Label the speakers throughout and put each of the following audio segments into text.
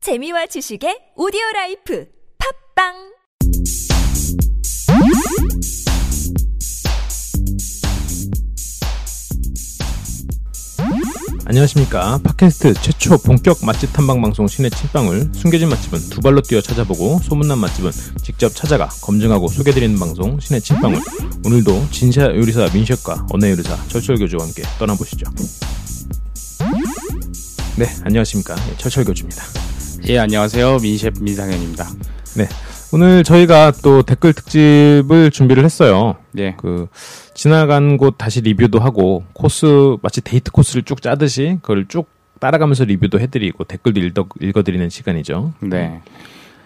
Speaker 1: 재미와 지식의 오디오 라이프 팝빵
Speaker 2: 안녕하십니까 팟캐스트 최초 본격 맛집 탐방 방송 신의 찐빵을 숨겨진 맛집은 두 발로 뛰어 찾아보고 소문난 맛집은 직접 찾아가 검증하고 소개드리는 방송 신의 찐빵을 오늘도 진샤 요리사 민셰과 언어 요리사 철철 교주와 함께 떠나보시죠 네 안녕하십니까 예, 철철 교주입니다
Speaker 3: 예 안녕하세요 민셰프 민상현입니다.
Speaker 2: 네 오늘 저희가 또 댓글 특집을 준비를 했어요
Speaker 3: 예
Speaker 2: 그 지나간 곳 다시 리뷰도 하고 코스 마치 데이트 코스를 쭉 짜듯이 그걸 쭉 따라가면서 리뷰도 해드리고 댓글도 읽어, 읽어드리는 시간이죠.
Speaker 3: 네.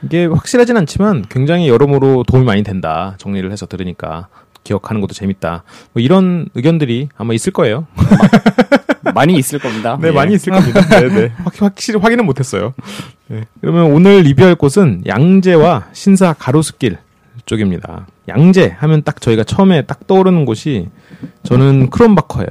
Speaker 2: 이게 확실하진 않지만 굉장히 여러모로 도움이 많이 된다. 정리를 해서 들으니까 기억하는 것도 재밌다. 뭐 이런 의견들이 아마 있을 거예요.
Speaker 3: 많이 있을 겁니다. 예.
Speaker 2: 네, 있을 겁니다. 네, 네. 확, 확실히 확인은 못했어요. 네. 그러면 오늘 리뷰할 곳은 양재와 신사 가로수길 쪽입니다. 양재 하면 딱 저희가 처음에 딱 떠오르는 곳이 저는 크롬바커예요.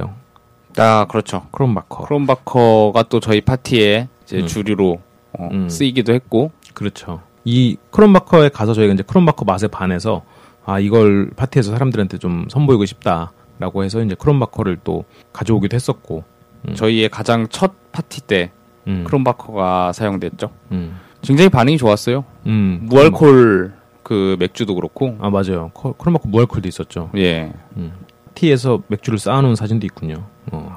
Speaker 3: 아 그렇죠.
Speaker 2: 크롬바커.
Speaker 3: 크롬바커가 또 저희 파티에 이제 주류로 어,
Speaker 2: 음.
Speaker 3: 쓰이기도 했고
Speaker 2: 그렇죠. 이 크롬바커에 가서 저희가 이제 크롬바커 맛에 반해서 아 이걸 파티에서 사람들한테 좀 선보이고 싶다라고 해서 이제 크롬바커를 또 가져오기도 했었고. 음.
Speaker 3: 저희의 가장 첫 파티 때
Speaker 2: 음.
Speaker 3: 크롬바커가 사용됐죠.
Speaker 2: 음.
Speaker 3: 굉장히 반응이 좋았어요.
Speaker 2: 음.
Speaker 3: 무알콜 그 맥주도 그렇고
Speaker 2: 아 맞아요. 커- 크롬바커 무알콜도 있었죠.
Speaker 3: 예
Speaker 2: 티에서 맥주를 쌓아놓은 사진도 있군요. 어.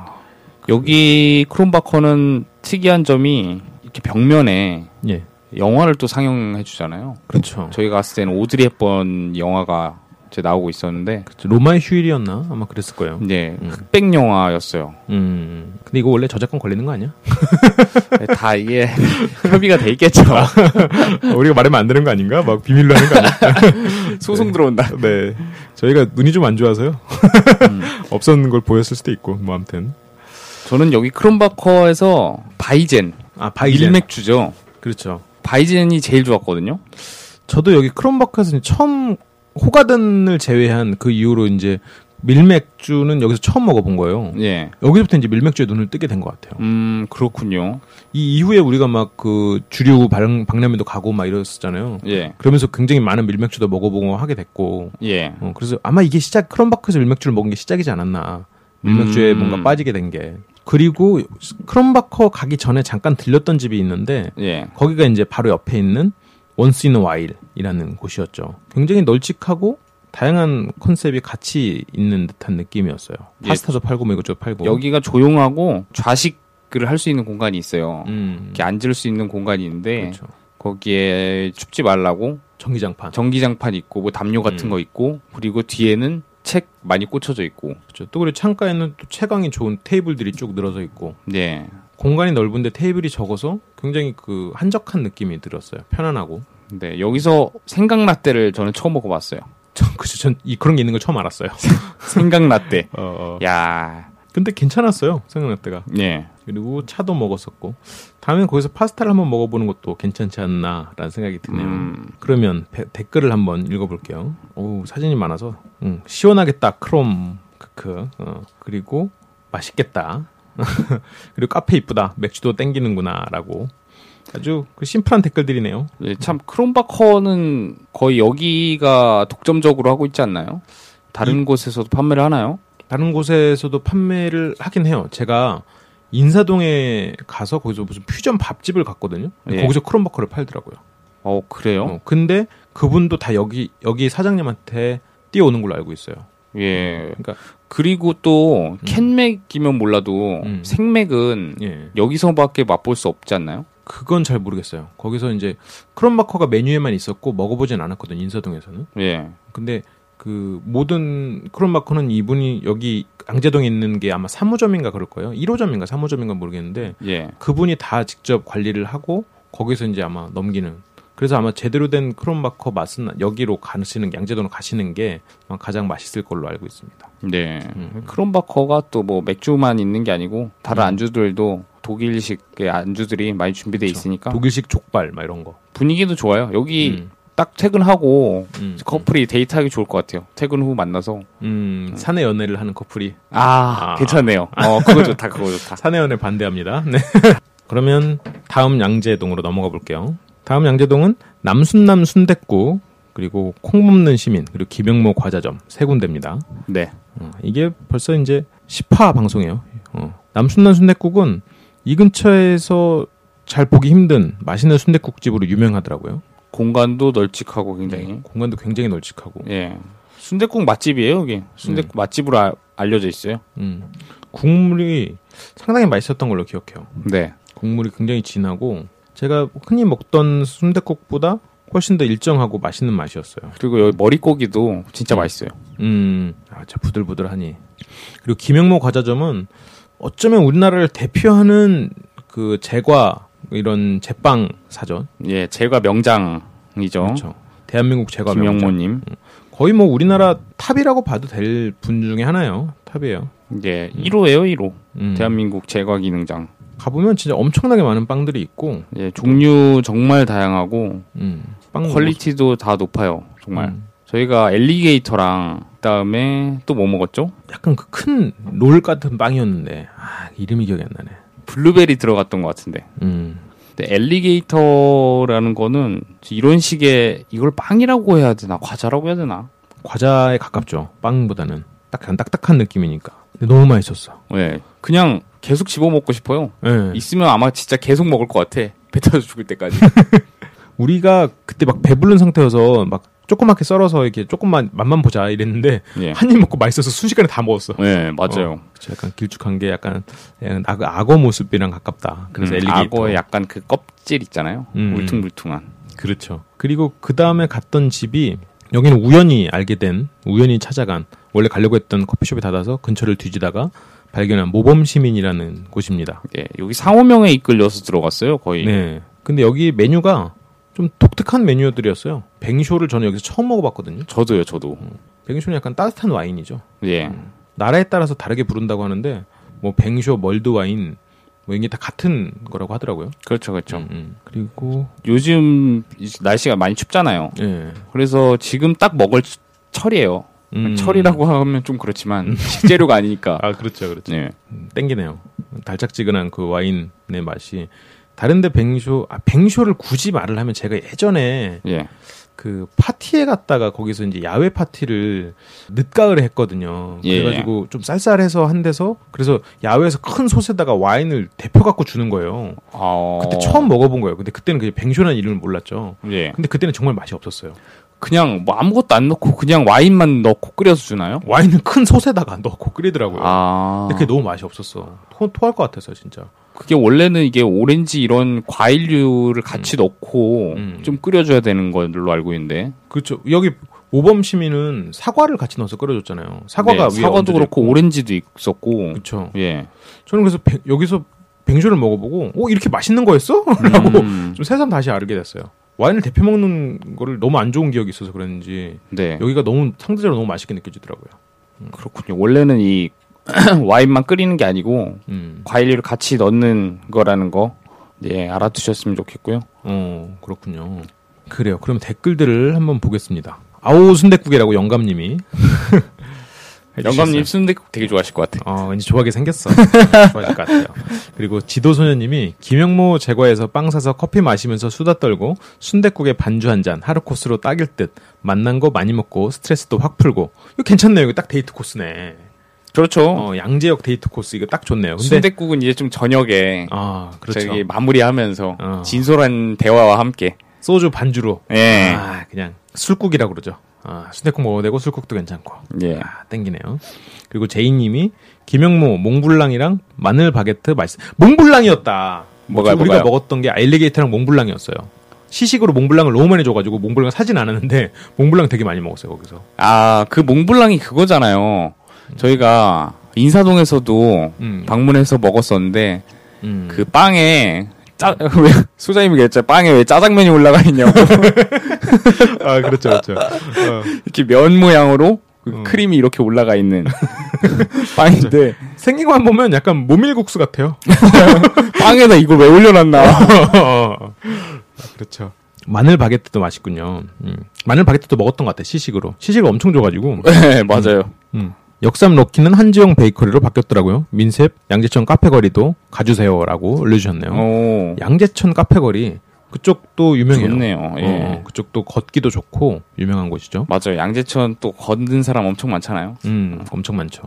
Speaker 3: 여기 크롬바커는 특이한 점이 이렇게 벽면에
Speaker 2: 예.
Speaker 3: 영화를 또 상영해 주잖아요.
Speaker 2: 그렇죠.
Speaker 3: 저희가 갔을 때는 오드리 헵번 영화가 이제 나오고 있었는데
Speaker 2: 그렇죠. 로마의 휴일이었나 아마 그랬을 거예요.
Speaker 3: 네,
Speaker 2: 음.
Speaker 3: 흑백 영화였어요.
Speaker 2: 음. 근데 이거 원래 저작권 걸리는 거 아니야?
Speaker 3: 다 이게 아, 협의가 돼 있겠죠.
Speaker 2: 어, 우리가 말하면 안 되는 거 아닌가? 막 비밀로 하는 거 아니야?
Speaker 3: 소송 들어온다.
Speaker 2: 네. 저희가 눈이 좀 안 좋아서요. 음. 없었는 걸 보였을 수도 있고 뭐 아무튼.
Speaker 3: 저는 여기 크롬바커에서 바이젠,
Speaker 2: 아
Speaker 3: 일맥주죠.
Speaker 2: 그렇죠.
Speaker 3: 바이젠이 제일 좋았거든요.
Speaker 2: 저도 여기 크롬바크에서 처음 호가든을 제외한 그 이후로 이제 밀맥주는 여기서 처음 먹어본 거예요.
Speaker 3: 예.
Speaker 2: 여기서부터 이제 밀맥주에 눈을 뜨게 된 것 같아요.
Speaker 3: 음, 그렇군요.
Speaker 2: 이 이후에 우리가 막 그 주류 방, 박람회도 가고 막 이랬었잖아요.
Speaker 3: 예.
Speaker 2: 그러면서 굉장히 많은 밀맥주도 먹어보고 하게 됐고,
Speaker 3: 예.
Speaker 2: 어, 그래서 아마 이게 시작, 크롬바크에서 밀맥주를 먹은 게 시작이지 않았나. 밀맥주에
Speaker 3: 음.
Speaker 2: 뭔가 빠지게 된 게. 그리고 크롬바커 가기 전에 잠깐 들렸던 집이 있는데,
Speaker 3: 예.
Speaker 2: 거기가 이제 바로 옆에 있는 원스 인 와일이라는 곳이었죠. 굉장히 널찍하고 다양한 컨셉이 같이 있는 듯한 느낌이었어요.
Speaker 3: 예.
Speaker 2: 파스타도 팔고 뭐 이것저것 팔고.
Speaker 3: 여기가 조용하고 좌식을 할 수 있는 공간이 있어요.
Speaker 2: 음,
Speaker 3: 이렇게 앉을 수 있는 공간이 있는데
Speaker 2: 그렇죠.
Speaker 3: 거기에 춥지 말라고 아.
Speaker 2: 전기장판.
Speaker 3: 전기장판 있고 뭐 담요 같은
Speaker 2: 음.
Speaker 3: 거 있고 그리고 뒤에는 책 많이 꽂혀져 있고
Speaker 2: 그렇죠. 또 그리고 창가에는 또 채광이 좋은 테이블들이 쭉 늘어져 있고.
Speaker 3: 네
Speaker 2: 공간이 넓은데 테이블이 적어서 굉장히 그 한적한 느낌이 들었어요. 편안하고.
Speaker 3: 네, 여기서 생강라떼를 저는 처음 먹어봤어요.
Speaker 2: 전, 그죠. 전 이, 그런 게 있는 걸 처음 알았어요.
Speaker 3: 생강라떼.
Speaker 2: 어,
Speaker 3: 야,
Speaker 2: 근데 괜찮았어요. 생각날 때가.
Speaker 3: 예,
Speaker 2: 그리고 차도 먹었었고. 다음에 거기서 파스타를 한번 먹어보는 것도 괜찮지 않나라는 생각이 드네요.
Speaker 3: 음.
Speaker 2: 그러면 배- 댓글을 한번 읽어볼게요. 오, 사진이 많아서. 응, 시원하겠다. 크롬. 크크. 어, 그리고 맛있겠다. 그리고 카페 이쁘다. 맥주도 땡기는구나. 라고. 아주 그 심플한 댓글들이네요.
Speaker 3: 예, 참 크롬바커는 거의 여기가 독점적으로 하고 있지 않나요? 다른 곳에서도 판매를 하나요?
Speaker 2: 다른 곳에서도 판매를 하긴 해요. 제가 인사동에 가서 거기서 무슨 퓨전 밥집을 갔거든요.
Speaker 3: 예.
Speaker 2: 거기서 크롬버커를 팔더라고요.
Speaker 3: 어, 그래요?
Speaker 2: 어, 근데 그분도 다 여기 여기 사장님한테 뛰어오는 걸로 알고 있어요.
Speaker 3: 예.
Speaker 2: 그러니까
Speaker 3: 그리고 또 캔맥이면 몰라도
Speaker 2: 음.
Speaker 3: 생맥은
Speaker 2: 예.
Speaker 3: 여기서밖에 맛볼 수 없지 않나요?
Speaker 2: 그건 잘 모르겠어요. 거기서 이제 크롬버커가 메뉴에만 있었고 먹어보진 않았거든요. 인사동에서는.
Speaker 3: 예.
Speaker 2: 근데 그 모든 크롬버커는 이분이 여기 앙제동에 있는 게 아마 3호점인가 그럴 거예요. 1호점인가 3호점인가 모르겠는데
Speaker 3: 예.
Speaker 2: 그분이 다 직접 관리를 하고 거기서 이제 아마 넘기는 그래서 아마 제대로 된 크롬바커 맛은 여기로 가시는 양재도로 가시는 게 아마 가장 맛있을 걸로 알고 있습니다.
Speaker 3: 네.
Speaker 2: 음.
Speaker 3: 크롬바커가 또 뭐 맥주만 있는 게 아니고 다른 안주들도 독일식의 안주들이 많이 준비돼 있으니까
Speaker 2: 독일식 족발 막 이런 거.
Speaker 3: 분위기도 좋아요. 여기
Speaker 2: 음,
Speaker 3: 딱 퇴근하고
Speaker 2: 음,
Speaker 3: 커플이 데이트하기 좋을 것 같아요. 퇴근 후 만나서 네.
Speaker 2: 음, 사내 연애를 하는 커플이
Speaker 3: 아,
Speaker 2: 아.
Speaker 3: 괜찮네요. 어 그거 좋다 그거 좋다.
Speaker 2: 사내 연애 반대합니다. 네. 그러면 다음 양재동으로 넘어가 볼게요. 다음 양재동은 남순남 순댓국 그리고 콩 굽는 시민 그리고 기병모 과자점 세 군데입니다.
Speaker 3: 네.
Speaker 2: 어, 이게 벌써 이제 10화 방송이에요. 어. 남순남 순댓국은 이 근처에서 잘 보기 힘든 맛있는 순댓국집으로 유명하더라고요. 네,
Speaker 3: 공간도 널찍하고 굉장히.
Speaker 2: 공간도 굉장히 널찍하고
Speaker 3: 예. 순대국 맛집이에요, 여기. 순대국 맛집으로 아- 알려져 있어요.
Speaker 2: 음. 국물이 상당히 맛있었던 걸로 기억해요.
Speaker 3: 네.
Speaker 2: 국물이 굉장히 진하고 제가 흔히 먹던 순댓국보다 훨씬 더 일정하고 맛있는 맛이었어요.
Speaker 3: 그리고 여기 머릿고기도 진짜 맛있어요.
Speaker 2: 음, 아, 진짜 부들부들하니. 그리고 김영모 과자점은 어쩌면 우리나라를 대표하는 그 제과 이런 제빵 사전,
Speaker 3: 예, 제가 명장이죠.
Speaker 2: 그렇죠. 대한민국 제과 명장.
Speaker 3: 김영모님.
Speaker 2: 거의 뭐 우리나라 탑이라고 봐도 될 분 중에 하나예요. 탑이에요.
Speaker 3: 예, 1호예요, 1호.
Speaker 2: 음.
Speaker 3: 대한민국 제과 기능장.
Speaker 2: 가보면 진짜 엄청나게 많은 빵들이 있고,
Speaker 3: 예, 종류 정말 다양하고
Speaker 2: 음, 빵
Speaker 3: 퀄리티도 다 높아요. 정말.
Speaker 2: 음.
Speaker 3: 저희가 엘리게이터랑 그다음에 또 뭐 먹었죠?
Speaker 2: 약간 그 큰 롤 같은 빵이었는데, 아, 이름이 기억이 안 나네.
Speaker 3: 블루베리 들어갔던 것 같은데.
Speaker 2: 음,
Speaker 3: 근데 엘리게이터라는 거는 이런 식의 이걸 빵이라고 해야 되나 과자라고 해야 되나?
Speaker 2: 과자에 가깝죠. 빵보다는 딱한 딱딱한 느낌이니까. 근데 너무 맛있었어.
Speaker 3: 예, 그냥 계속 집어 먹고 싶어요.
Speaker 2: 예.
Speaker 3: 있으면 아마 진짜 계속 먹을 것 같아. 뱉어서 죽을 때까지.
Speaker 2: 우리가 그때 막 배부른 상태여서 막 조그맣게 썰어서 이렇게 조금만 맛만 보자 이랬는데
Speaker 3: 예,
Speaker 2: 한 입 먹고 맛있어서 순식간에 다 먹었어.
Speaker 3: 예, 맞아요.
Speaker 2: 그쵸, 약간 길쭉한 게 약간 약간 악어, 악어 모습이랑 가깝다. 그래서
Speaker 3: 음,
Speaker 2: 엘리게이터.
Speaker 3: 악어의 약간 그 껍질 있잖아요.
Speaker 2: 음.
Speaker 3: 울퉁불퉁한.
Speaker 2: 그렇죠. 그리고 그 다음에 갔던 집이 여기는 우연히 알게 된 우연히 찾아간 원래 가려고 했던 커피숍이 닫아서 근처를 뒤지다가 발견한 모범 시민이라는 곳입니다.
Speaker 3: 예, 여기 상호명에 이끌려서 들어갔어요. 거의.
Speaker 2: 네. 근데 여기 메뉴가 좀 독특한 메뉴들이었어요. 뱅쇼를 저는 여기서 처음 먹어봤거든요.
Speaker 3: 저도요, 저도.
Speaker 2: 음. 뱅쇼는 약간 따뜻한 와인이죠.
Speaker 3: 예.
Speaker 2: 음. 나라에 따라서 다르게 부른다고 하는데 뭐 뱅쇼, 멀드 와인 뭐 이게 다 같은 거라고 하더라고요.
Speaker 3: 그렇죠, 그렇죠.
Speaker 2: 음, 음. 그리고
Speaker 3: 요즘 이- 날씨가 많이 춥잖아요.
Speaker 2: 예.
Speaker 3: 그래서 지금 딱 먹을 치- 철이에요.
Speaker 2: 음.
Speaker 3: 철이라고 하면 좀 그렇지만 식재료가 아니니까.
Speaker 2: 아 그렇죠, 그렇죠.
Speaker 3: 예.
Speaker 2: 음, 땡기네요. 달짝지근한 그 와인의 맛이 다른데 뱅쇼 아 뱅쇼를 굳이 말을 하면 제가 예전에
Speaker 3: 예.
Speaker 2: 그 파티에 갔다가 거기서 이제 야외 파티를 늦가을에 했거든요.
Speaker 3: 예.
Speaker 2: 그래가지고 좀 쌀쌀해서 한 데서 그래서 야외에서 큰 솥에다가 와인을 데펴 갖고 주는 거예요.
Speaker 3: 아.
Speaker 2: 그때 처음 먹어본 거예요. 근데 그때는 그냥 뱅쇼라는 이름을 몰랐죠.
Speaker 3: 예.
Speaker 2: 근데 그때는 정말 맛이 없었어요.
Speaker 3: 그냥 뭐 아무것도 안 넣고 그냥 와인만 넣고 끓여서 주나요?
Speaker 2: 와인은 큰 솥에다가 넣고 끓이더라고요.
Speaker 3: 아.
Speaker 2: 근데 그게 너무 맛이 없었어. 토, 토할 것 같아서 진짜.
Speaker 3: 그게 원래는 이게 오렌지 이런 과일류를 같이 넣고
Speaker 2: 음.
Speaker 3: 좀 끓여줘야 되는 걸로 알고 있는데
Speaker 2: 그렇죠. 여기 오범 시민은 사과를 같이 넣어서 끓여줬잖아요. 사과가
Speaker 3: 네,
Speaker 2: 위에
Speaker 3: 사과도 그렇고 오렌지도 있었고
Speaker 2: 그렇죠.
Speaker 3: 예
Speaker 2: 저는 그래서 뱅- 여기서 뱅쇼를 먹어보고 어 이렇게 맛있는 거였어? 라고
Speaker 3: 음,
Speaker 2: 좀 새삼 다시 알게 됐어요. 와인을 데펴 먹는 거를 너무 안 좋은 기억이 있어서 그랬는지
Speaker 3: 네
Speaker 2: 여기가 너무 상대적으로 너무 맛있게 느껴지더라고요. 음.
Speaker 3: 그렇군요 원래는 이 와인만 끓이는 게 아니고
Speaker 2: 음,
Speaker 3: 과일류를 같이 넣는 거라는 거 예 알아두셨으면 좋겠고요
Speaker 2: 어 그렇군요. 그래요. 그럼 댓글들을 한번 보겠습니다. 아오 순대국이라고 영감님이
Speaker 3: 영감님 순대국 되게 좋아하실 것 같아요
Speaker 2: 어, 왠지 좋아하게 생겼어. 좋아질 것 같아요. 그리고 지도소녀님이 김영모 제과에서 빵 사서 커피 마시면서 수다 떨고 순댓국에 반주 한 잔 하루 코스로 딱일 듯 만난 거 많이 먹고 스트레스도 확 풀고 이거 괜찮네요. 이거 딱 데이트 코스네.
Speaker 3: 그렇죠
Speaker 2: 어, 양재역 데이트 코스 이거 딱 좋네요. 근데
Speaker 3: 순대국은 이제 좀 저녁에
Speaker 2: 아 그렇죠.
Speaker 3: 저기 마무리하면서
Speaker 2: 어.
Speaker 3: 진솔한 대화와 함께
Speaker 2: 소주 반주로
Speaker 3: 예
Speaker 2: 아 그냥 술국이라고 그러죠. 아 순댓국 먹어도 되고 술국도 괜찮고
Speaker 3: 예.
Speaker 2: 아, 땡기네요. 그리고 제이님이 김영모 몽블랑이랑 마늘 바게트 맛있어. 몽블랑이었다.
Speaker 3: 뭐가요,
Speaker 2: 우리가
Speaker 3: 뭐가요?
Speaker 2: 먹었던 게 엘리게이터랑 몽블랑이었어요. 시식으로 몽블랑을 너무 많이 줘가지고 몽블랑 사진 않았는데 몽블랑 되게 많이 먹었어요 거기서.
Speaker 3: 아, 그 몽블랑이 그거잖아요. 저희가 인사동에서도
Speaker 2: 음.
Speaker 3: 방문해서 먹었었는데
Speaker 2: 음.
Speaker 3: 그 빵에 짜, 왜 소장님이 그랬죠. 빵에 왜 짜장면이 올라가 있냐고
Speaker 2: 아 그렇죠 그렇죠. 어.
Speaker 3: 이렇게 면 모양으로 그
Speaker 2: 음.
Speaker 3: 크림이 이렇게 올라가 있는 빵인데
Speaker 2: 생긴 것만 보면 약간 모밀국수 같아요.
Speaker 3: 빵에다 이걸 왜 올려놨나?
Speaker 2: 아, 그렇죠. 마늘 바게트도 맛있군요. 음. 마늘 바게트도 먹었던 것 같아 시식으로. 시식을 엄청 줘가지고.
Speaker 3: 네, 맞아요.
Speaker 2: 음. 역삼 럭키는 한지영 베이커리로 바뀌었더라고요. 민셉, 양재천 카페거리도 가주세요라고
Speaker 3: 음.
Speaker 2: 올려주셨네요.
Speaker 3: 어. 오,
Speaker 2: 양재천 카페거리 그쪽도 유명해요.
Speaker 3: 좋네요. 예.
Speaker 2: 어, 그쪽도 걷기도 좋고 유명한 곳이죠.
Speaker 3: 맞아요. 양재천 또 걷는 사람 엄청 많잖아요.
Speaker 2: 음, 엄청 많죠.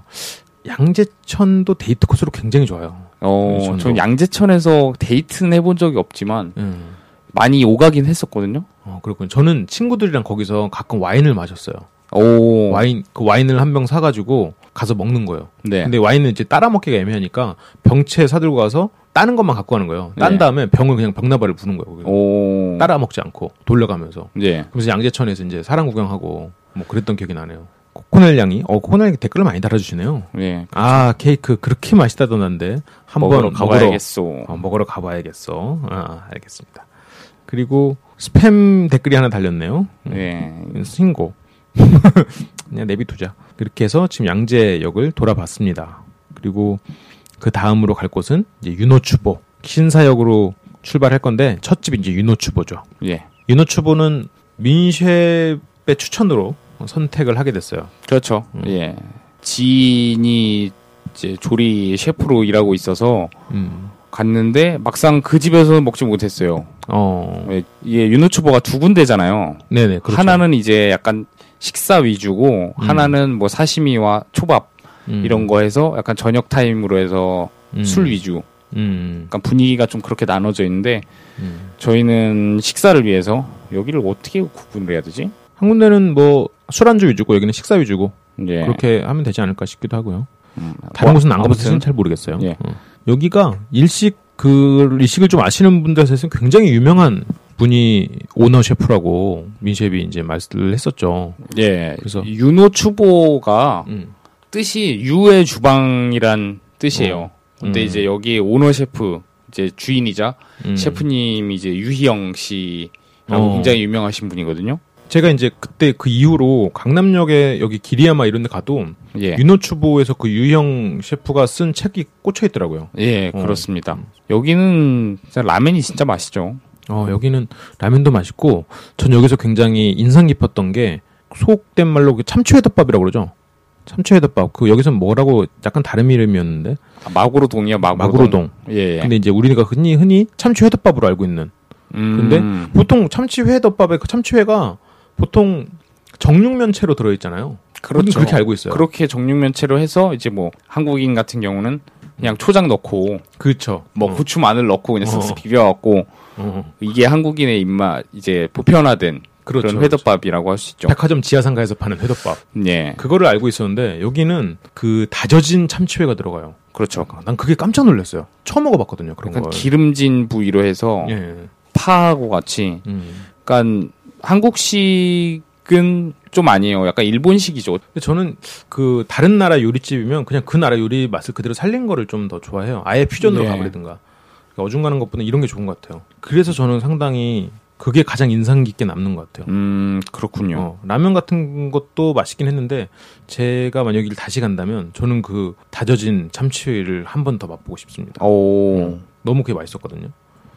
Speaker 2: 양재천도 데이트 코스로 굉장히 좋아요.
Speaker 3: 어,
Speaker 2: 양재천도.
Speaker 3: 전 양재천에서 데이트는 해본 적이 없지만
Speaker 2: 음.
Speaker 3: 많이 오가긴 했었거든요.
Speaker 2: 어, 그렇군요. 저는 친구들이랑 거기서 가끔 와인을 마셨어요.
Speaker 3: 오,
Speaker 2: 와인 그 와인을 한 병 사가지고 가서 먹는 거예요.
Speaker 3: 네.
Speaker 2: 근데 와인은 이제 따라 먹기가 애매하니까 병채 사들고 가서 따는 것만 갖고 가는 거예요. 딴
Speaker 3: 네.
Speaker 2: 다음에 병을 그냥 병나발을 부는 거예요. 거기서.
Speaker 3: 오,
Speaker 2: 따라 먹지 않고 돌려가면서.
Speaker 3: 예.
Speaker 2: 그래서 양재천에서 이제 사랑 구경하고 뭐 그랬던 기억이 나네요. 코코넬 양이 어 코코넬 양이 댓글을 많이 달아주시네요.
Speaker 3: 예.
Speaker 2: 아 케이크 그렇게 맛있다던데
Speaker 3: 먹으러
Speaker 2: 한번 먹으러
Speaker 3: 가봐야겠소.
Speaker 2: 어, 먹으러 가봐야겠어. 아, 알겠습니다. 그리고 스팸 댓글이 하나 달렸네요.
Speaker 3: 예.
Speaker 2: 신고. 그냥 내비두자. 그렇게 해서 지금 양재역을 돌아봤습니다. 그리고 그 다음으로 갈 곳은 이제 윤호추보. 신사역으로 출발할 건데 첫 집이 이제 윤호추보죠.
Speaker 3: 예.
Speaker 2: 윤호추보는 민셰의 추천으로 선택을 하게 됐어요.
Speaker 3: 그렇죠.
Speaker 2: 음.
Speaker 3: 예. 지인이 이제 조리 셰프로 일하고 있어서
Speaker 2: 음.
Speaker 3: 갔는데 막상 그 집에서 먹지 못했어요.
Speaker 2: 어.
Speaker 3: 예, 이게 유노초보가 두 군데잖아요.
Speaker 2: 네네. 그렇죠.
Speaker 3: 하나는 이제 약간 식사 위주고
Speaker 2: 음.
Speaker 3: 하나는 뭐 사시미와 초밥
Speaker 2: 음.
Speaker 3: 이런 거 해서 약간 저녁 타임으로 해서
Speaker 2: 음.
Speaker 3: 술 위주.
Speaker 2: 음.
Speaker 3: 약간 분위기가 좀 그렇게 나눠져 있는데
Speaker 2: 음.
Speaker 3: 저희는 식사를 위해서 여기를 어떻게 구분을 해야 되지?
Speaker 2: 한 군데는 뭐 술안주 위주고 여기는 식사 위주고
Speaker 3: 예.
Speaker 2: 그렇게 하면 되지 않을까 싶기도 하고요.
Speaker 3: 음,
Speaker 2: 다른
Speaker 3: 뭐,
Speaker 2: 곳은 안 가봤어서
Speaker 3: 아무튼
Speaker 2: 잘 모르겠어요.
Speaker 3: 예.
Speaker 2: 어. 여기가 일식 그 일식을 좀 아시는 분들에서는 굉장히 유명한 분이 오너 셰프라고 민셰프이 이제 말씀을 했었죠.
Speaker 3: 예.
Speaker 2: 그래서-
Speaker 3: 유노추보가
Speaker 2: 음.
Speaker 3: 뜻이 유의 주방이란 뜻이에요. 근데
Speaker 2: 음.
Speaker 3: 이제 여기 오너 셰프 이제 주인이자
Speaker 2: 음.
Speaker 3: 셰프님 이제 유희영 씨라고
Speaker 2: 어.
Speaker 3: 굉장히 유명하신 분이거든요.
Speaker 2: 음. 제가 이제 그때 그 이후로 강남역에 여기 기리야마 이런 데 가도
Speaker 3: 예.
Speaker 2: 유노추보에서 그 유형 셰프가 쓴 책이 꽂혀 있더라고요.
Speaker 3: 예,
Speaker 2: 어.
Speaker 3: 그렇습니다. 여기는 진짜 라면이 진짜 맛있죠.
Speaker 2: 어, 여기는 라면도 맛있고 전 여기서 굉장히 인상 깊었던 게 속된 말로 그 참치회덮밥이라고 그러죠. 참치회덮밥. 그 여기서 뭐라고 약간 다른 이름이었는데
Speaker 3: 아, 마구로동이요, 마구로동.
Speaker 2: 마구로동.
Speaker 3: 예.
Speaker 2: 근데 이제 우리가 흔히 흔히 참치회덮밥으로 알고 있는
Speaker 3: 음,
Speaker 2: 보통 참치회덮밥에 그 참치회가 보통 정육면체로 들어 있잖아요.
Speaker 3: 그렇죠.
Speaker 2: 그렇게 알고 있어요.
Speaker 3: 그렇게 정육면체로 해서 이제 뭐 한국인 같은 경우는 그냥 초장 넣고
Speaker 2: 그렇죠.
Speaker 3: 뭐
Speaker 2: 어,
Speaker 3: 후추 마늘 넣고 그냥 쓱쓱
Speaker 2: 어.
Speaker 3: 비벼갖고
Speaker 2: 어,
Speaker 3: 이게 한국인의 입맛 이제 보편화된 그
Speaker 2: 그렇죠.
Speaker 3: 런 회덮밥이라고 할 수 있죠.
Speaker 2: 백화점 지하상가에서 파는 회덮밥.
Speaker 3: 예,
Speaker 2: 그거를 알고 있었는데 여기는 그 다져진 참치회가 들어가요.
Speaker 3: 그렇죠.
Speaker 2: 난 그게 깜짝 놀랐어요. 처음 먹어봤거든요. 그런
Speaker 3: 약간
Speaker 2: 걸.
Speaker 3: 기름진 부위로 해서
Speaker 2: 예.
Speaker 3: 파하고 같이,
Speaker 2: 음.
Speaker 3: 약간 한국식은 좀 아니에요. 약간 일본식이죠.
Speaker 2: 근데 저는 그 다른 나라 요리집이면 그냥 그 나라 요리 맛을 그대로 살린 거를 좀 더 좋아해요. 아예 퓨전으로
Speaker 3: 네.
Speaker 2: 가버리든가. 그러니까 어중간한 것보다 이런 게 좋은 것 같아요. 그래서 저는 상당히 그게 가장 인상 깊게 남는 것 같아요.
Speaker 3: 음, 그렇군요.
Speaker 2: 어, 라면 같은 것도 맛있긴 했는데 제가 만약 여기를 다시 간다면 저는 그 다져진 참치를 한 번 더 맛보고 싶습니다.
Speaker 3: 오,
Speaker 2: 너무 그게 맛있었거든요.
Speaker 3: 어.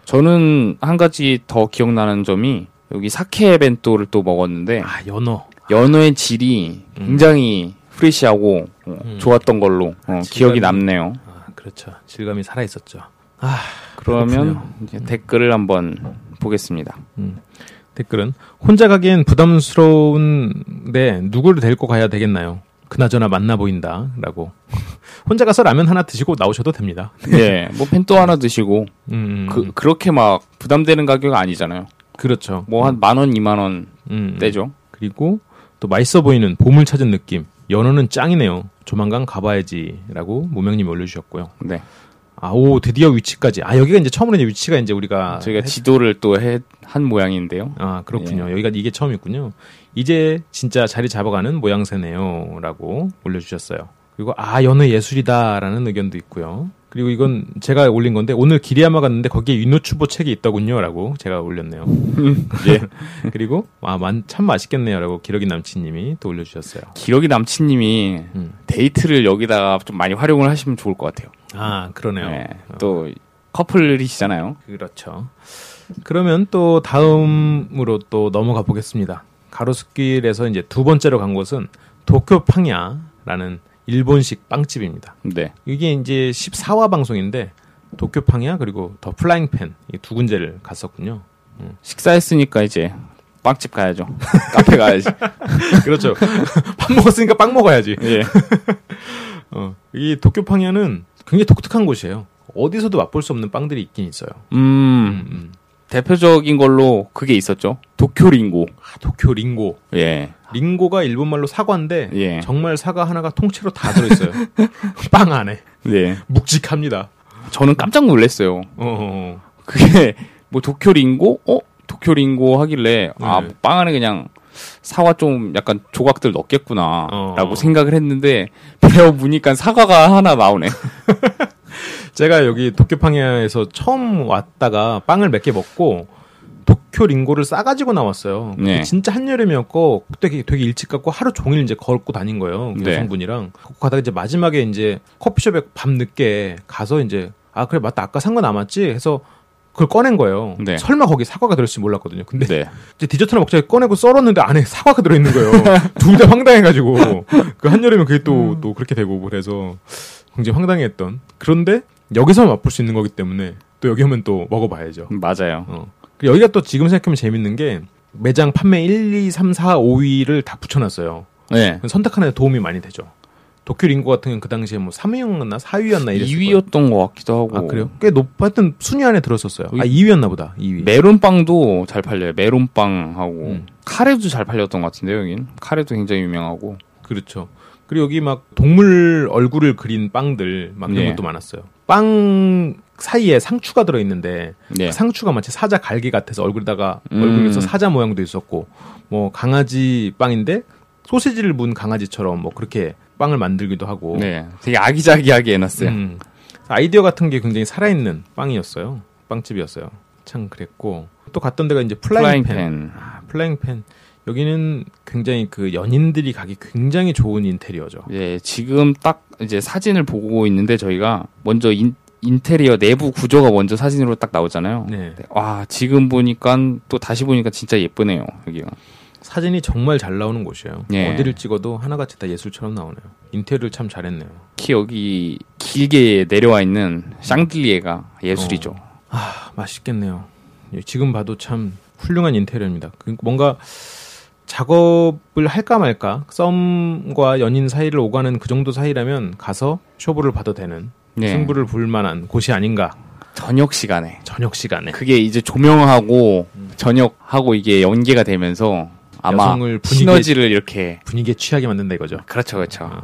Speaker 3: 저는 한 가지 더 기억나는 점이 여기 사케 벤또를 또 먹었는데
Speaker 2: 아 연어.
Speaker 3: 연어의 질이
Speaker 2: 음.
Speaker 3: 굉장히 프레시하고 어, 좋았던 걸로 어, 기억이
Speaker 2: 질감이-
Speaker 3: 남네요.
Speaker 2: 아 그렇죠. 질감이 살아 있었죠. 아
Speaker 3: 그러면 이제 댓글을 한번 보겠습니다.
Speaker 2: 댓글은 혼자 가기엔 부담스러운데 누구를 데리고 가야 되겠나요? 그나저나 만나 보인다라고 혼자 가서 라면 하나 드시고 나오셔도 됩니다.
Speaker 3: 예, 뭐 펜또 하나 드시고
Speaker 2: 음,
Speaker 3: 그 그렇게 막 부담되는 가격 아니잖아요.
Speaker 2: 그렇죠.
Speaker 3: 뭐 한 만 원, 이만 원
Speaker 2: 음,
Speaker 3: 떼죠.
Speaker 2: 그리고 또 맛있어 보이는 봄을 찾은 느낌. 연어는 짱이네요. 조만간 가봐야지라고 무명님이 올려주셨고요.
Speaker 3: 네.
Speaker 2: 아오 드디어 위치까지. 아 여기가 이제 처음으로 이제 위치가 이제 우리가
Speaker 3: 저희가 지도를 또 해 한 모양인데요.
Speaker 2: 아 그렇군요. 여기가 이게 처음이군요. 이제 진짜 자리 잡아가는 모양새네요라고 올려주셨어요. 그리고 아 연어 예술이다라는 의견도 있고요. 그리고 이건 제가 올린 건데 오늘 기리야마 갔는데 거기에 유노추보 책이 있더군요라고 제가 올렸네요.
Speaker 3: 예.
Speaker 2: 그리고 아참 맛있겠네요라고 기러기 남친님이 또 올려주셨어요.
Speaker 3: 기러기 남친님이
Speaker 2: 음.
Speaker 3: 데이트를 여기다가 좀 많이 활용을 하시면 좋을 것 같아요.
Speaker 2: 아 그러네요.
Speaker 3: 네. 또 커플이시잖아요.
Speaker 2: 그렇죠. 그러면 또 다음으로 또 넘어가 보겠습니다. 가로수길에서 이제 두 번째로 간 곳은 도쿄 팡야라는 일본식 빵집입니다.
Speaker 3: 네.
Speaker 2: 이게 이제 14화 방송인데 도쿄팡이야 그리고 더 플라잉팬 이 두 군데를 갔었군요.
Speaker 3: 식사했으니까 이제 빵집 가야죠. 카페 가야지.
Speaker 2: 그렇죠. 밥 먹었으니까 빵 먹어야지.
Speaker 3: 예.
Speaker 2: 어, 이 도쿄팡야는 굉장히 독특한 곳이에요. 어디서도 맛볼 수 없는 빵들이 있긴 있어요.
Speaker 3: 음,
Speaker 2: 음.
Speaker 3: 대표적인 걸로 그게 있었죠. 도쿄링고.
Speaker 2: 아, 도쿄 링고.
Speaker 3: 예.
Speaker 2: 링고가 일본 말로 사과인데
Speaker 3: 예.
Speaker 2: 정말 사과 하나가 통째로 다 들어있어요. 빵 안에
Speaker 3: 네.
Speaker 2: 묵직합니다.
Speaker 3: 저는 깜짝 놀랐어요.
Speaker 2: 어, 어, 어.
Speaker 3: 그게 뭐 도쿄링고? 어? 도쿄링고 하길래
Speaker 2: 네.
Speaker 3: 아 빵 안에 그냥 사과 좀 약간 조각들
Speaker 2: 어.
Speaker 3: 넣겠구나라고 생각을 했는데 배워 보니까 사과가 하나 나오네.
Speaker 2: 제가 여기 도쿄팡야에서 처음 왔다가 빵을 몇 개 먹고 도쿄 링고를 싸가지고 나왔어요.
Speaker 3: 네.
Speaker 2: 진짜 한여름이었고 그때 되게, 되게 일찍 갔고 하루 종일 이제 걷고 다닌 거예요. 그
Speaker 3: 네.
Speaker 2: 여성분이랑 걷고 가다가 이제 마지막에 이제 커피숍에 밤 늦게 가서 이제 아 그래 맞다 아까 산 거 남았지 해서 그걸 꺼낸 거예요.
Speaker 3: 네.
Speaker 2: 설마 거기 사과가 들었을지 몰랐거든요. 근데
Speaker 3: 네.
Speaker 2: 이제 디저트나 먹자 꺼내고 썰었는데 안에 사과가 들어있는 거예요. 둘 다 황당해가지고 그 한여름에 그게 또 또 그렇게 되고 그래서 굉장히 황당했던. 그런데 여기서 맛볼 수 있는 거기 때문에 또 여기 오면 또 먹어봐야죠.
Speaker 3: 맞아요.
Speaker 2: 어. 그리고 여기가 또 지금 생각하면 재밌는 게 매장 판매 1, 2, 3, 4, 5위를 다 붙여놨어요.
Speaker 3: 네.
Speaker 2: 선택하는 데 도움이 많이 되죠. 도쿄 링고 같은 경우 그 당시에 뭐 3위였나 4위였나 아, 이랬을 거예요.
Speaker 3: 2위였던 것 같기도 하고.
Speaker 2: 아 그래요? 꽤 높, 하여튼 순위 안에 들었었어요. 아 2위였나 보다. 2위.
Speaker 3: 메론빵도 잘 팔려요. 메론빵하고
Speaker 2: 음.
Speaker 3: 카레도 잘 팔렸던 것 같은데요, 여긴. 카레도 굉장히 유명하고.
Speaker 2: 그렇죠. 그리고 여기 막 동물 얼굴을 그린 빵들 막 이런
Speaker 3: 예.
Speaker 2: 것도 많았어요. 빵 사이에 상추가 들어 있는데
Speaker 3: 예.
Speaker 2: 그 상추가 마치 사자 갈기 같아서 얼굴에다가
Speaker 3: 음.
Speaker 2: 얼굴에서 사자 모양도 있었고 뭐 강아지 빵인데 소시지를 문 강아지처럼 뭐 그렇게 빵을 만들기도 하고
Speaker 3: 네. 되게 아기자기하게 해놨어요.
Speaker 2: 음. 아이디어 같은 게 굉장히 살아있는 빵이었어요. 빵집이었어요. 참 그랬고 또 갔던 데가 이제 플라잉 팬.
Speaker 3: 플라잉팬.
Speaker 2: 아, 플라잉 팬. 여기는 굉장히 그 연인들이 가기 굉장히 좋은 인테리어죠.
Speaker 3: 예, 지금 딱 이제 사진을 보고 있는데 저희가 먼저 인, 인테리어 내부 구조가 먼저 사진으로 딱 나오잖아요.
Speaker 2: 네.
Speaker 3: 네, 와, 지금 보니까 또 다시 보니까 진짜 예쁘네요, 여기가.
Speaker 2: 사진이 정말 잘 나오는 곳이에요.
Speaker 3: 예.
Speaker 2: 어디를 찍어도 하나같이 다 예술처럼 나오네요. 인테리어를 참 잘했네요.
Speaker 3: 특히 여기 길게 내려와 있는 샹들리에가 예술이죠.
Speaker 2: 아, 맛있겠네요. 예, 지금 봐도 참 훌륭한 인테리어입니다. 그 뭔가 작업을 할까 말까 썸과 연인 사이를 오가는 그 정도 사이라면 가서 쇼부를 봐도 되는
Speaker 3: 네.
Speaker 2: 승부를 볼 만한 곳이 아닌가
Speaker 3: 저녁 시간에.
Speaker 2: 저녁 시간에
Speaker 3: 그게 이제 조명하고 저녁하고 이게 연계가 되면서 아마
Speaker 2: 음. 여성을 분위기에-
Speaker 3: 시너지를 이렇게
Speaker 2: 분위기에 취하게 만든다 이거죠.
Speaker 3: 그렇죠, 그렇죠.
Speaker 2: 아,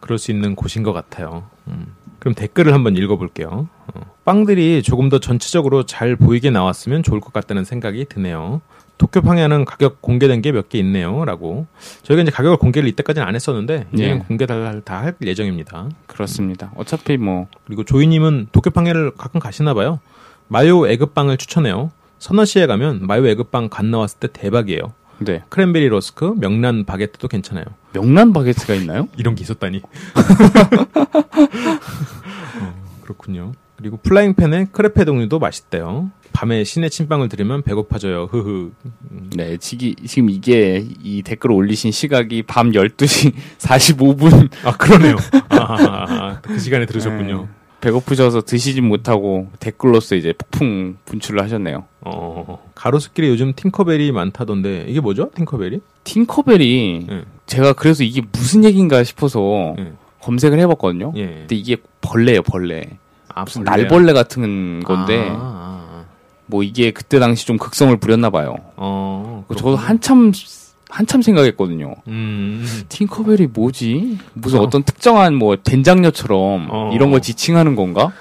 Speaker 2: 그럴 수 있는 곳인 것 같아요. 음. 그럼 댓글을 한번 읽어볼게요. 어, 빵들이 조금 더 전체적으로 잘 보이게 나왔으면 좋을 것 같다는 생각이 드네요. 도쿄팡에는 가격 공개된 게 몇 개 있네요. 라고. 저희가 이제 가격을 공개를 이때까지는 안 했었는데, 이제는
Speaker 3: 예.
Speaker 2: 공개 다할 다할 예정입니다.
Speaker 3: 그렇습니다. 어차피 뭐
Speaker 2: 그리고 조이님은 도쿄팡에를 가끔 가시나 봐요. 마요 에그빵을 추천해요. 서너시에 가면 마요 에그빵 갓 나왔을 때 대박이에요.
Speaker 3: 네.
Speaker 2: 크랜베리 로스크, 명란 바게트도 괜찮아요.
Speaker 3: 명란 바게트가 있나요?
Speaker 2: 이런 게 있었다니. 어, 그렇군요. 그리고 플라잉팬의 크레페 동류도 맛있대요. 밤에 시내 침빵을 들으면 배고파져요. 흐흐.
Speaker 3: 네, 지기, 지금 이게 이 댓글 을 올리신 시각이 밤 12시 45분
Speaker 2: 아 그러네요. 아, 아, 아, 그 시간에 들으셨군요.
Speaker 3: 배고프셔서 드시지 못하고 댓글로서 이제 폭풍 분출을 하셨네요.
Speaker 2: 어, 가로수길에 요즘 팅커벨이 많다던데 이게 뭐죠? 팅커벨이?
Speaker 3: 팅커벨이
Speaker 2: 예.
Speaker 3: 제가 그래서 이게 무슨 얘기인가 싶어서
Speaker 2: 예.
Speaker 3: 검색을 해봤거든요.
Speaker 2: 예.
Speaker 3: 근데 이게 벌레예요, 벌레.
Speaker 2: 아,
Speaker 3: 무슨
Speaker 2: 벌레야.
Speaker 3: 날벌레 같은 건데
Speaker 2: 아, 아, 아.
Speaker 3: 뭐 이게 그때 당시 좀 극성을 부렸나 봐요.
Speaker 2: 어.
Speaker 3: 저도 한참 한참 생각했거든요.
Speaker 2: 음.
Speaker 3: 팅커벨이 뭐지? 무슨 어. 떤 특정한 뭐 된장녀처럼
Speaker 2: 어.
Speaker 3: 이런 걸 지칭하는 건가?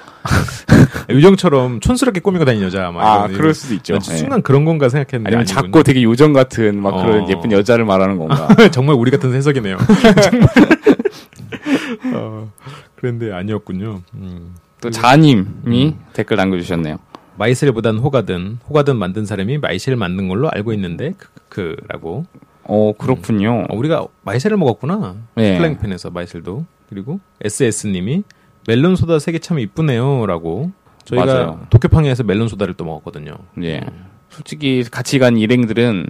Speaker 2: 요정처럼 촌스럽게 꾸미고 다니는 여자 막
Speaker 3: 아,
Speaker 2: 이런-
Speaker 3: 그럴 수도 있죠.
Speaker 2: 난 순간 그런 건가
Speaker 3: 예.
Speaker 2: 생각했는데
Speaker 3: 아니면
Speaker 2: 아니군요.
Speaker 3: 작고 되게 요정 같은 막
Speaker 2: 어.
Speaker 3: 그런 예쁜 여자를 말하는 건가?
Speaker 2: 정말 우리 같은 해석이네요. 정말. 어, 그런데 아니었군요. 음.
Speaker 3: 또 자님이 댓글 남겨주셨네요.
Speaker 2: 마이셀보단 호가든, 호가든 만든 사람이 마이셀 만든 걸로 알고 있는데, 그, 크크크라고.
Speaker 3: 어 그렇군요.
Speaker 2: 어, 우리가 마이셀을 먹었구나.
Speaker 3: 예.
Speaker 2: 플랭팬에서 마이셀도. 그리고 SS님이 멜론 소다 색이 참 이쁘네요라고. 저희가
Speaker 3: 맞아요.
Speaker 2: 도쿄팡에서 멜론 소다를 또 먹었거든요.
Speaker 3: 예. 솔직히 같이 간 일행들은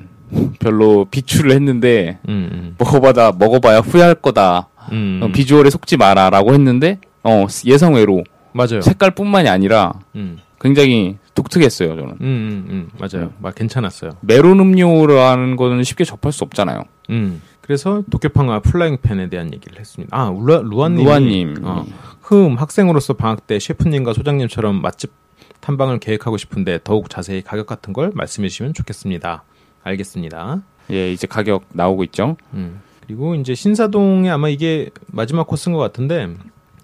Speaker 3: 별로 비추를 했는데
Speaker 2: 음, 음.
Speaker 3: 먹어봐다 먹어봐야 후회할 거다
Speaker 2: 음.
Speaker 3: 어, 비주얼에 속지 마라라고 했는데 어, 예상외로
Speaker 2: 맞아요.
Speaker 3: 색깔뿐만이 아니라
Speaker 2: 음.
Speaker 3: 굉장히 독특했어요 저는.
Speaker 2: 음, 음, 음. 맞아요.
Speaker 3: 네.
Speaker 2: 막 괜찮았어요.
Speaker 3: 메론 음료라는 거는 쉽게 접할 수 없잖아요.
Speaker 2: 음. 그래서 도쿄팡과 플라잉팬에 대한 얘기를 했습니다. 아, 루아, 루아님.
Speaker 3: 루아님.
Speaker 2: 어, 흠, 학생으로서 방학 때 셰프님과 소장님처럼 맛집 탐방을 계획하고 싶은데 더욱 자세히 가격 같은 걸 말씀해 주시면 좋겠습니다. 알겠습니다.
Speaker 3: 예, 이제 가격 나오고 있죠.
Speaker 2: 음. 그리고 이제 신사동에 아마 이게 마지막 코스인 것 같은데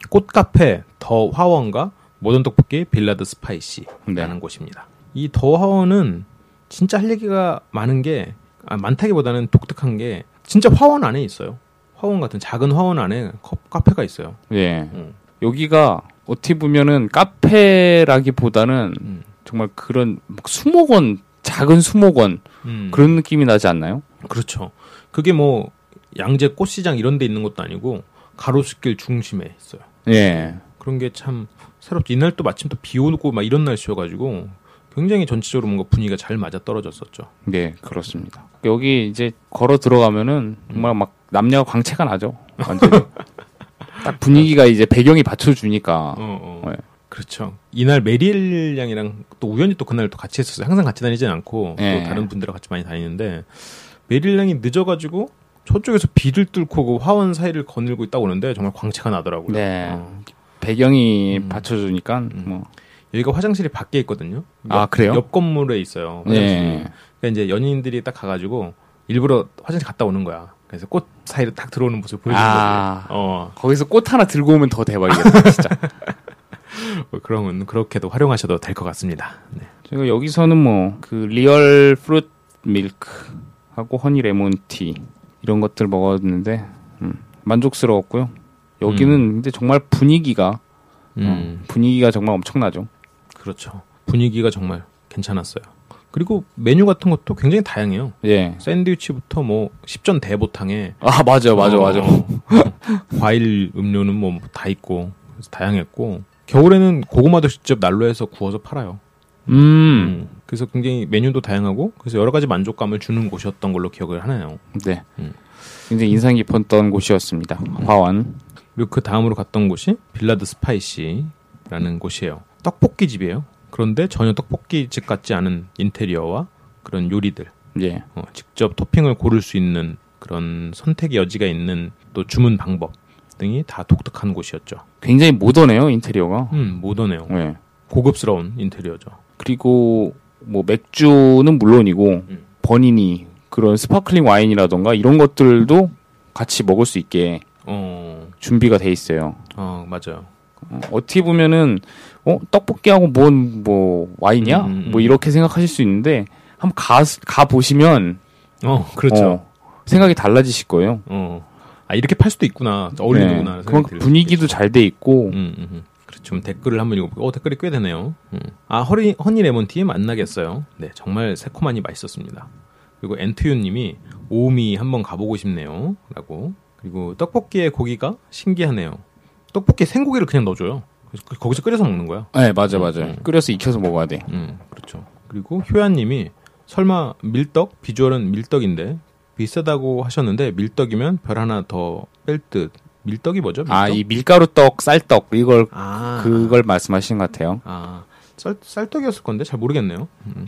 Speaker 2: 꽃카페 더 화원과 모던 떡볶이 빌라드 스파이시라는
Speaker 3: 네.
Speaker 2: 곳입니다. 이 더 화원은 진짜 할 얘기가 많은 게 아, 많다기보다는 독특한 게 진짜 화원 안에 있어요. 화원 같은 작은 화원 안에 컵 카페가 있어요.
Speaker 3: 예.
Speaker 2: 음.
Speaker 3: 여기가 어떻게 보면은 카페라기보다는
Speaker 2: 음.
Speaker 3: 정말 그런 막 수목원 작은 수목원
Speaker 2: 음.
Speaker 3: 그런 느낌이 나지 않나요?
Speaker 2: 그렇죠. 그게 뭐 양재 꽃시장 이런 데 있는 것도 아니고 가로수길 중심에 있어요.
Speaker 3: 예.
Speaker 2: 그런 게 참 새롭지. 이날 또 마침 또 비 오고 막 이런 날씨여가지고 굉장히 전체적으로 뭔가 분위기가 잘 맞아 떨어졌었죠.
Speaker 3: 네, 그렇습니다. 여기 이제 걸어 들어가면은 정말 막 남녀 광채가 나죠. 완전히. 딱 분위기가 이제 배경이 받쳐주니까.
Speaker 2: 어, 어.
Speaker 3: 네.
Speaker 2: 그렇죠. 이날 메릴 양이랑 또 우연히 또 그날 또 같이 했었어요. 항상 같이 다니진 않고
Speaker 3: 예.
Speaker 2: 또 다른 분들하고 같이 많이 다니는데 메릴 양이 늦어가지고 저쪽에서 비를 뚫고 그 화원 사이를 거닐고 있다고 오는데 정말 광채가 나더라고요.
Speaker 3: 네.
Speaker 2: 어.
Speaker 3: 배경이 받쳐주니까 뭐.
Speaker 2: 여기가 화장실이 밖에 있거든요.
Speaker 3: 아, 그래요?
Speaker 2: 옆 건물에 있어요. 화장실이.
Speaker 3: 예.
Speaker 2: 그러니까 이제 연인들이 딱 가가지고 일부러 화장실 갔다 오는 거야. 그래서 꽃 사이로 딱 들어오는 모습 보여주는
Speaker 3: 아.
Speaker 2: 거지. 어
Speaker 3: 거기서 꽃 하나 들고 오면 더 대박이겠다, 진짜.
Speaker 2: 뭐 그런 그렇게도 활용하셔도 될 것 같습니다. 네.
Speaker 3: 제가 여기서는 뭐 그 리얼 프루트 밀크 하고 허니 레몬 티 이런 것들 먹었는데 음, 만족스러웠고요. 여기는 근데 정말 분위기가
Speaker 2: 음,
Speaker 3: 어, 분위기가 정말 엄청나죠.
Speaker 2: 그렇죠. 분위기가 정말 괜찮았어요. 그리고 메뉴 같은 것도 굉장히 다양해요.
Speaker 3: 예.
Speaker 2: 샌드위치부터 뭐 10전 대보탕에
Speaker 3: 아 맞아 맞아
Speaker 2: 어,
Speaker 3: 맞아.
Speaker 2: 어, 어. 과일 음료는 뭐 다 있고 그래서 다양했고 겨울에는 고구마도 직접 난로에서 구워서 팔아요.
Speaker 3: 음.
Speaker 2: 음. 그래서 굉장히 메뉴도 다양하고 그래서 여러 가지 만족감을 주는 곳이었던 걸로 기억을 하네요.
Speaker 3: 네.
Speaker 2: 음.
Speaker 3: 굉장히 인상 깊었던 곳이었습니다. 화원.
Speaker 2: 그리고 그 다음으로 갔던 곳이 빌라드 스파이시라는 곳이에요. 떡볶이 집이에요. 그런데 전혀 떡볶이 집 같지 않은 인테리어와 그런 요리들,
Speaker 3: 예.
Speaker 2: 어, 직접 토핑을 고를 수 있는 그런 선택의 여지가 있는 또 주문 방법 등이 다 독특한 곳이었죠.
Speaker 3: 굉장히 모던해요 인테리어가.
Speaker 2: 음, 모던해요.
Speaker 3: 예.
Speaker 2: 고급스러운 인테리어죠.
Speaker 3: 그리고 뭐 맥주는 물론이고
Speaker 2: 음.
Speaker 3: 버니니 그런 스파클링 와인이라던가 이런 것들도 같이 먹을 수 있게
Speaker 2: 어,
Speaker 3: 준비가 돼 있어요.
Speaker 2: 어 맞아요.
Speaker 3: 어, 어떻게 보면은 어 떡볶이하고 뭔 뭐 와인이야?
Speaker 2: 음, 음,
Speaker 3: 뭐 이렇게 생각하실 수 있는데 한번 가가 보시면
Speaker 2: 어, 그렇죠.
Speaker 3: 어, 생각이 달라지실 거예요.
Speaker 2: 어. 아 이렇게 팔 수도 있구나 어울리는구나
Speaker 3: 네,
Speaker 2: 하는 생각이
Speaker 3: 그만큼
Speaker 2: 들죠.
Speaker 3: 분위기도 잘 돼 있고
Speaker 2: 음, 음, 음. 그렇죠 그럼 댓글을 한번 읽어볼게요 어, 댓글이 꽤 되네요 음. 아 허리, 허니 레몬티 만나겠어요 네 정말 새콤하니 맛있었습니다 그리고 엔투유님이 오미 한번 가보고 싶네요 라고 그리고 떡볶이에 고기가 신기하네요 떡볶이에 생고기를 그냥 넣어줘요 그래서 그- 거기서 끓여서 먹는 거야
Speaker 3: 네 맞아 맞아
Speaker 2: 음.
Speaker 3: 끓여서 익혀서 먹어야 돼.
Speaker 2: 음, 그렇죠. 그리고 효야님이 설마 밀떡 비주얼은 밀떡인데 비싸다고 하셨는데 밀떡이면 별 하나 더 뺄 듯. 밀떡이 뭐죠? 밀떡?
Speaker 3: 아 이 밀가루 떡, 쌀떡 이걸
Speaker 2: 아,
Speaker 3: 그걸 말씀하시는 것 같아요.
Speaker 2: 아, 쌀, 쌀떡이었을 건데 잘 모르겠네요. 음.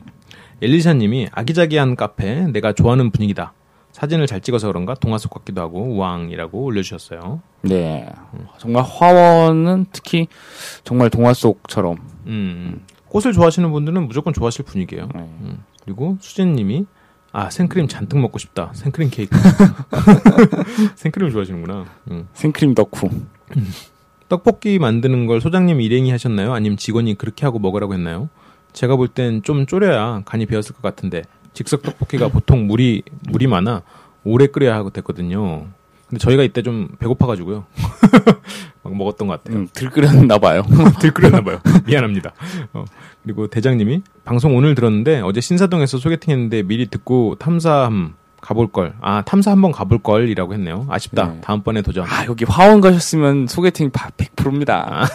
Speaker 2: 엘리샤님이 아기자기한 카페 내가 좋아하는 분위기다. 사진을 잘 찍어서 그런가 동화 속 같기도 하고 왕이라고 올려주셨어요.
Speaker 3: 네. 정말 화원은 특히 정말 동화 속처럼
Speaker 2: 음, 꽃을 좋아하시는 분들은 무조건 좋아하실 분위기예요.
Speaker 3: 네.
Speaker 2: 음. 그리고 수진님이 아 생크림 잔뜩 먹고 싶다. 생크림 케이크. 생크림 좋아하시는구나. 음.
Speaker 3: 생크림 덕후.
Speaker 2: 떡볶이 만드는 걸 소장님 일행이 하셨나요? 아니면 직원이 그렇게 하고 먹으라고 했나요? 제가 볼 땐 좀 졸여야 간이 배었을 것 같은데 즉석 떡볶이가 보통 물이 물이 많아 오래 끓여야 하고 됐거든요. 근데 저희가 이때 좀 배고파가지고요. 막 먹었던 것 같아요.
Speaker 3: 음, 들끓였나 봐요.
Speaker 2: 네. 들끓였나봐요. 미안합니다. 어, 그리고 대장님이 방송 오늘 들었는데 어제 신사동에서 소개팅했는데 미리 듣고 탐사함 가볼 걸. 아 탐사 한번 가볼 걸이라고 했네요. 아쉽다.
Speaker 3: 네.
Speaker 2: 다음번에 도전.
Speaker 3: 아 여기 화원 가셨으면 소개팅 바- 100%입니다.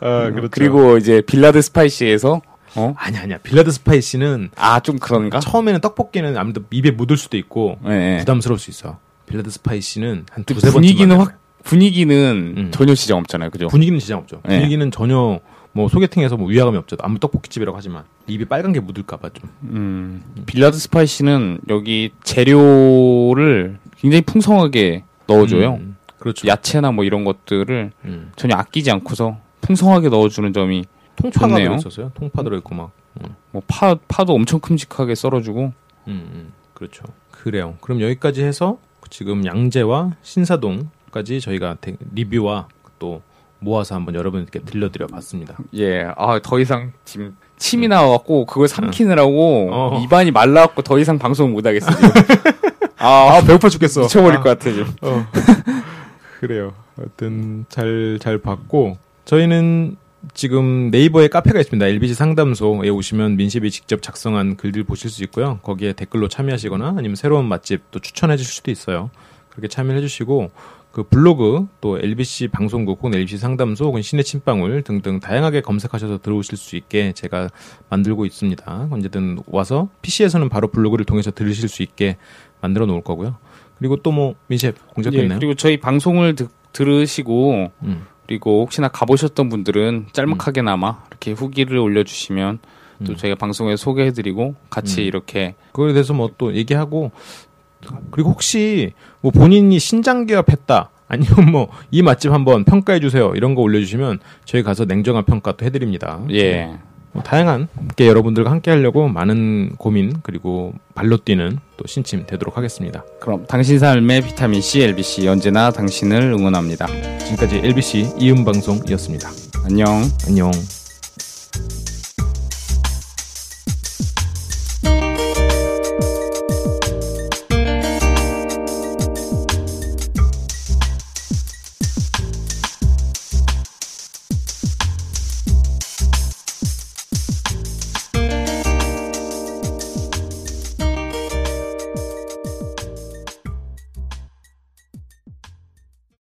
Speaker 2: 그렇죠.
Speaker 3: 리고 이제 빌라드 스파이시에서 어?
Speaker 2: 아니 아니야. 빌라드 스파이시는
Speaker 3: 아 좀 그런가?
Speaker 2: 처음에는 떡볶이는 아무래도 입에 묻을 수도 있고
Speaker 3: 예, 예.
Speaker 2: 부담스러울 수 있어. 빌라드 스파이시는 한
Speaker 3: 근데
Speaker 2: 그 두세 번쯤
Speaker 3: 분위기는
Speaker 2: 만나요.
Speaker 3: 확 분위기는
Speaker 2: 음.
Speaker 3: 전혀 지장 없잖아요. 그죠?
Speaker 2: 분위기는 지장 없죠.
Speaker 3: 네.
Speaker 2: 분위기는 전혀 뭐 소개팅에서 뭐 위화감이 없죠. 아무 떡볶이집이라고 하지만 입이 빨간 게 묻을까봐 좀.
Speaker 3: 음, 빌라드 스파이시는 여기 재료를 굉장히 풍성하게 넣어줘요.
Speaker 2: 음, 그렇죠.
Speaker 3: 야채나 뭐 이런 것들을
Speaker 2: 음.
Speaker 3: 전혀 아끼지 않고서 풍성하게 넣어주는 점이
Speaker 2: 통파가
Speaker 3: 좋네요.
Speaker 2: 들어있었어요. 통파 들어있고 막.
Speaker 3: 뭐 파, 파도 엄청 큼직하게 썰어주고
Speaker 2: 음, 음, 그렇죠. 그래요. 그럼 여기까지 해서 지금 양재와 신사동까지 저희가 대- 리뷰와 또 모아서 한번 여러분께 들려드려 봤습니다.
Speaker 3: 예, 아, 더 이상 지금 침이 나와갖고 그걸 삼키느라고
Speaker 2: 어.
Speaker 3: 입안이 말라갖고 더 이상 방송을 못하겠어요. 지금.
Speaker 2: 아, 배고파 죽겠어.
Speaker 3: 미쳐버릴 것 같아, 지금.
Speaker 2: 어. 그래요. 하여튼 잘, 잘 봤고 저희는 지금 네이버에 카페가 있습니다. LBG 상담소에 오시면 민식이 직접 작성한 글들 보실 수 있고요. 거기에 댓글로 참여하시거나 아니면 새로운 맛집 또 추천해 주실 수도 있어요. 그렇게 참여해 주시고 그 블로그 또 LBC 방송국 혹은 LBC 상담소 혹은 시내 침방울 등등 다양하게 검색하셔서 들어오실 수 있게 제가 만들고 있습니다. 언제든 와서 PC에서는 바로 블로그를 통해서 들으실 수 있게 만들어 놓을 거고요. 그리고 또 뭐 민셰
Speaker 3: 예,
Speaker 2: 공작했나요?
Speaker 3: 그리고 저희 방송을 듣- 들으시고
Speaker 2: 음.
Speaker 3: 그리고 혹시나 가보셨던 분들은 짤막하게나마 이렇게 후기를 올려주시면
Speaker 2: 음.
Speaker 3: 또 저희가 방송에 소개해드리고 같이 이렇게
Speaker 2: 그거에 대해서 뭐 또 얘기하고 그리고 혹시 뭐 본인이 신장 개업했다 아니면 뭐 이 맛집 한번 평가해 주세요 이런 거 올려주시면 저희 가서 냉정한 평가도 해드립니다.
Speaker 3: 예
Speaker 2: 뭐 다양한 게 여러분들과 함께 하려고 많은 고민 그리고 발로 뛰는 또 신침 되도록 하겠습니다.
Speaker 3: 그럼 당신 삶의 비타민 C LBC 언제나 당신을 응원합니다
Speaker 2: 지금까지 LBC 이음 방송이었습니다.
Speaker 3: 안녕
Speaker 2: 안녕.